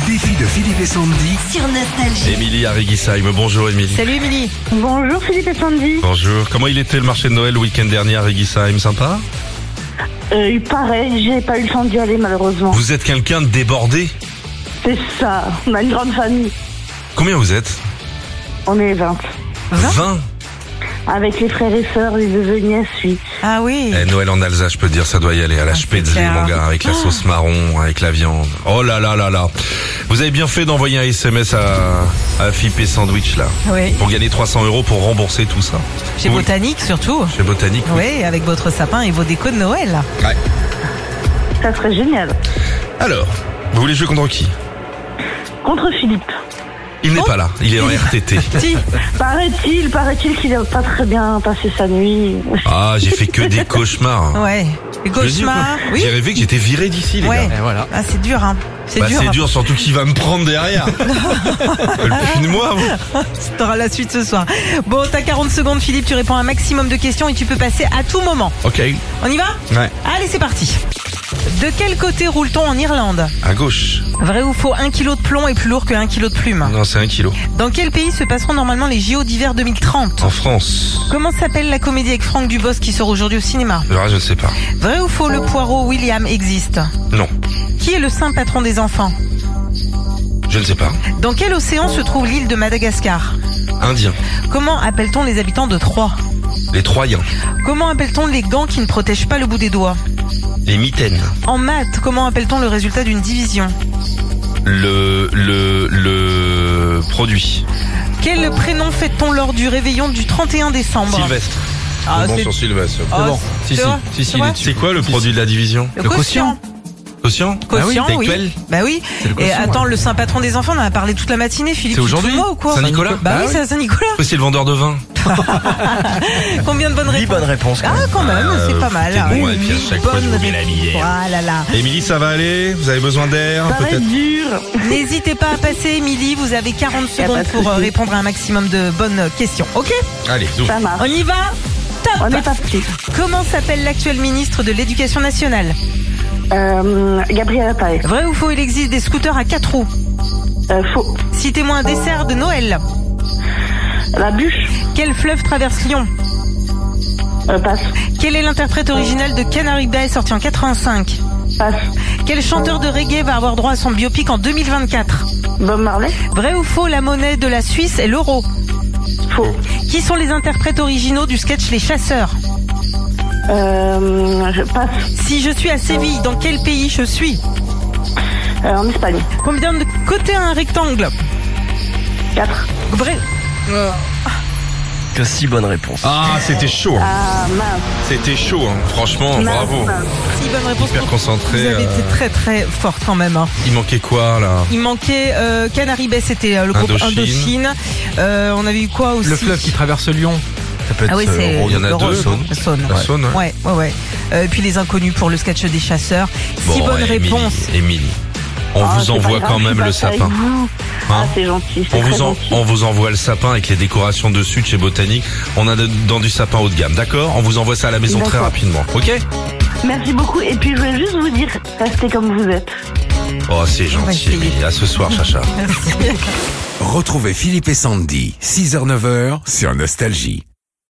Philippe et Sandy. sur Nostalgie. Émilie Arrigheim, bonjour Émilie. Salut Émilie. Bonjour Philippe et Sandy. Bonjour. Comment il était le marché de Noël le week-end dernier à Arrigheim Sympa Euh, il paraît, j'ai pas eu le temps d'y aller malheureusement. Vous êtes quelqu'un de débordé C'est ça, on a une grande famille. Combien vous êtes On est 20. 20? 20 Avec les frères et sœurs, les neveux, nièces, oui. Ah oui. Ah, Eh, Noël en Alsace, je peux te dire, ça doit y aller. À la c'est Spätzle, clair. Ah. mon gars, avec la sauce marron, avec la viande. Oh là là là là. Vous avez bien fait d'envoyer un SMS à, à Fip et Sandwich, là. Oui. Pour gagner 300 euros pour rembourser tout ça. Chez Oui. Botanique surtout. Chez Botanique. oui. Oui, avec votre sapin et vos décos de Noël. Ouais. Ça serait génial. Alors, vous voulez jouer contre qui Contre Philippe. Il Oh. n'est pas là. Il est en RTT. Si. Paraît-il, paraît-il qu'il a pas très bien passé sa nuit. Ah, j'ai fait que des cauchemars. Ouais. Les Je dis, cauchemars. quoi. J'ai Oui. rêvé que j'étais viré d'ici, les Ouais. gars. voilà. Ah, c'est dur, hein. C'est Bah, dur. c'est dur, surtout qui va me prendre derrière. Pine-moi, vous. hein. T'auras la suite ce soir. Bon, t'as 40 secondes, Philippe. Tu réponds à un maximum de questions et tu peux passer à tout moment. Ok. On y va Ouais. Allez, c'est parti. De quel côté roule-t-on en Irlande À gauche. Vrai ou faux, un kilo de plomb est plus lourd que un kilo de plume. Non, c'est un kilo. Dans quel pays se passeront normalement les JO d'hiver 2030 En France. Comment s'appelle la comédie avec Franck Dubos qui sort aujourd'hui au cinéma Alors, je ne sais pas. Vrai ou faux, le poireau William existe Non. Qui est le saint patron des enfants Je ne sais pas. Dans quel océan se trouve l'île de Madagascar Indien. Comment appelle-t-on les habitants de Troyes Les Troyens. Comment appelle-t-on les gants qui ne protègent pas le bout des doigts Les Mitaines. En maths, comment appelle-t-on le résultat d'une division Le, le, le produit. Quel prénom fête-t-on lors du réveillon du 31 décembre Sylvestre. Ah, C'est bon c'est- sur Sylvestre. Ah, bon. c'est- Si, tu si. vois, Si, si, tu il est vois dessus. C'est quoi le produit de la division Le Le quotient. Quotient Quotient, Ah oui, oui. Tectuel Bah oui. C'est le Et quotient, attends, ouais. le saint patron des enfants, on en a parlé toute la matinée, Philippe. tu C'est te aujourd'hui moques ou quoi Saint-Nicolas Bah Ah oui, oui. c'est à Saint-Nicolas. Après, c'est le vendeur de vin. Combien de bonnes réponses réponse. Ah, quand même, Ah, c'est pas vous mal. foutez bon, Une et puis à chaque bonne fois, je vous mets la réponse. lumière. Ah là là. Émilie, ça va aller Vous avez besoin d'air Paraît Peut-être dur. N'hésitez pas à passer, Émilie. Vous avez 40 Y a pas secondes de pour euh, souci. répondre à un maximum de bonnes questions. Ok Allez, zoom. Ça On marche. y va On Top est parti. Comment s'appelle l'actuel ministre de l'Éducation nationale Euh, Gabriel Attal. Vrai ou faux, il existe des scooters à 4 roues. Euh, faux. Citez-moi un dessert de Noël. La bûche. Quel fleuve traverse Lyon Euh, passe. Quel est l'interprète original de Canary Bay sorti en 85 Passe. Quel chanteur de reggae va avoir droit à son biopic en 2024 Bob Marley. Vrai ou faux, la monnaie de la Suisse est l'euro. Faux. Qui sont les interprètes originaux du sketch Les Chasseurs Euh, je passe. Si je suis à Séville, dans quel pays je suis Euh, en Espagne. Combien de côtés a un rectangle 4. Vrai. Que si bonne réponse. Ah, c'était chaud. hein. Ah mince. C'était chaud. hein. Franchement, mince, bravo. mince. Si, bonne réponse. Hyper Vous concentré. avez euh, été très très forte quand même. hein. Il manquait quoi, là Il manquait euh, Canary Bay, c'était euh, le groupe Indochine. Indochine. Euh, on avait eu quoi aussi Le fleuve qui traverse Lyon. Ça peut être. Ah oui, euh, c'est il y en a le deux, Rhône. Saône. La Saône. La Saône, ouais. Ouais, ouais, ouais. Euh, et puis les inconnus pour le sketch des chasseurs. si bonne ouais, Émilie, réponse. Émilie, on Ah, vous c'est envoie pas quand grave, même je le passe avec sapin. vous. Ah, Hein c'est gentil. c'est On très vous, en- gentil. on vous envoie le sapin avec les décorations dessus de chez Botanique. On a de- dans du sapin haut de gamme, d'accord On vous envoie ça à la maison très D'accord. rapidement, ok Merci beaucoup. Et puis, je voulais juste vous dire, restez comme vous êtes. Oh, c'est va gentil, essayer. Émilie. À ce soir, Chacha. Merci. Retrouvez Philippe et Sandy, 6h-9h sur Nostalgie.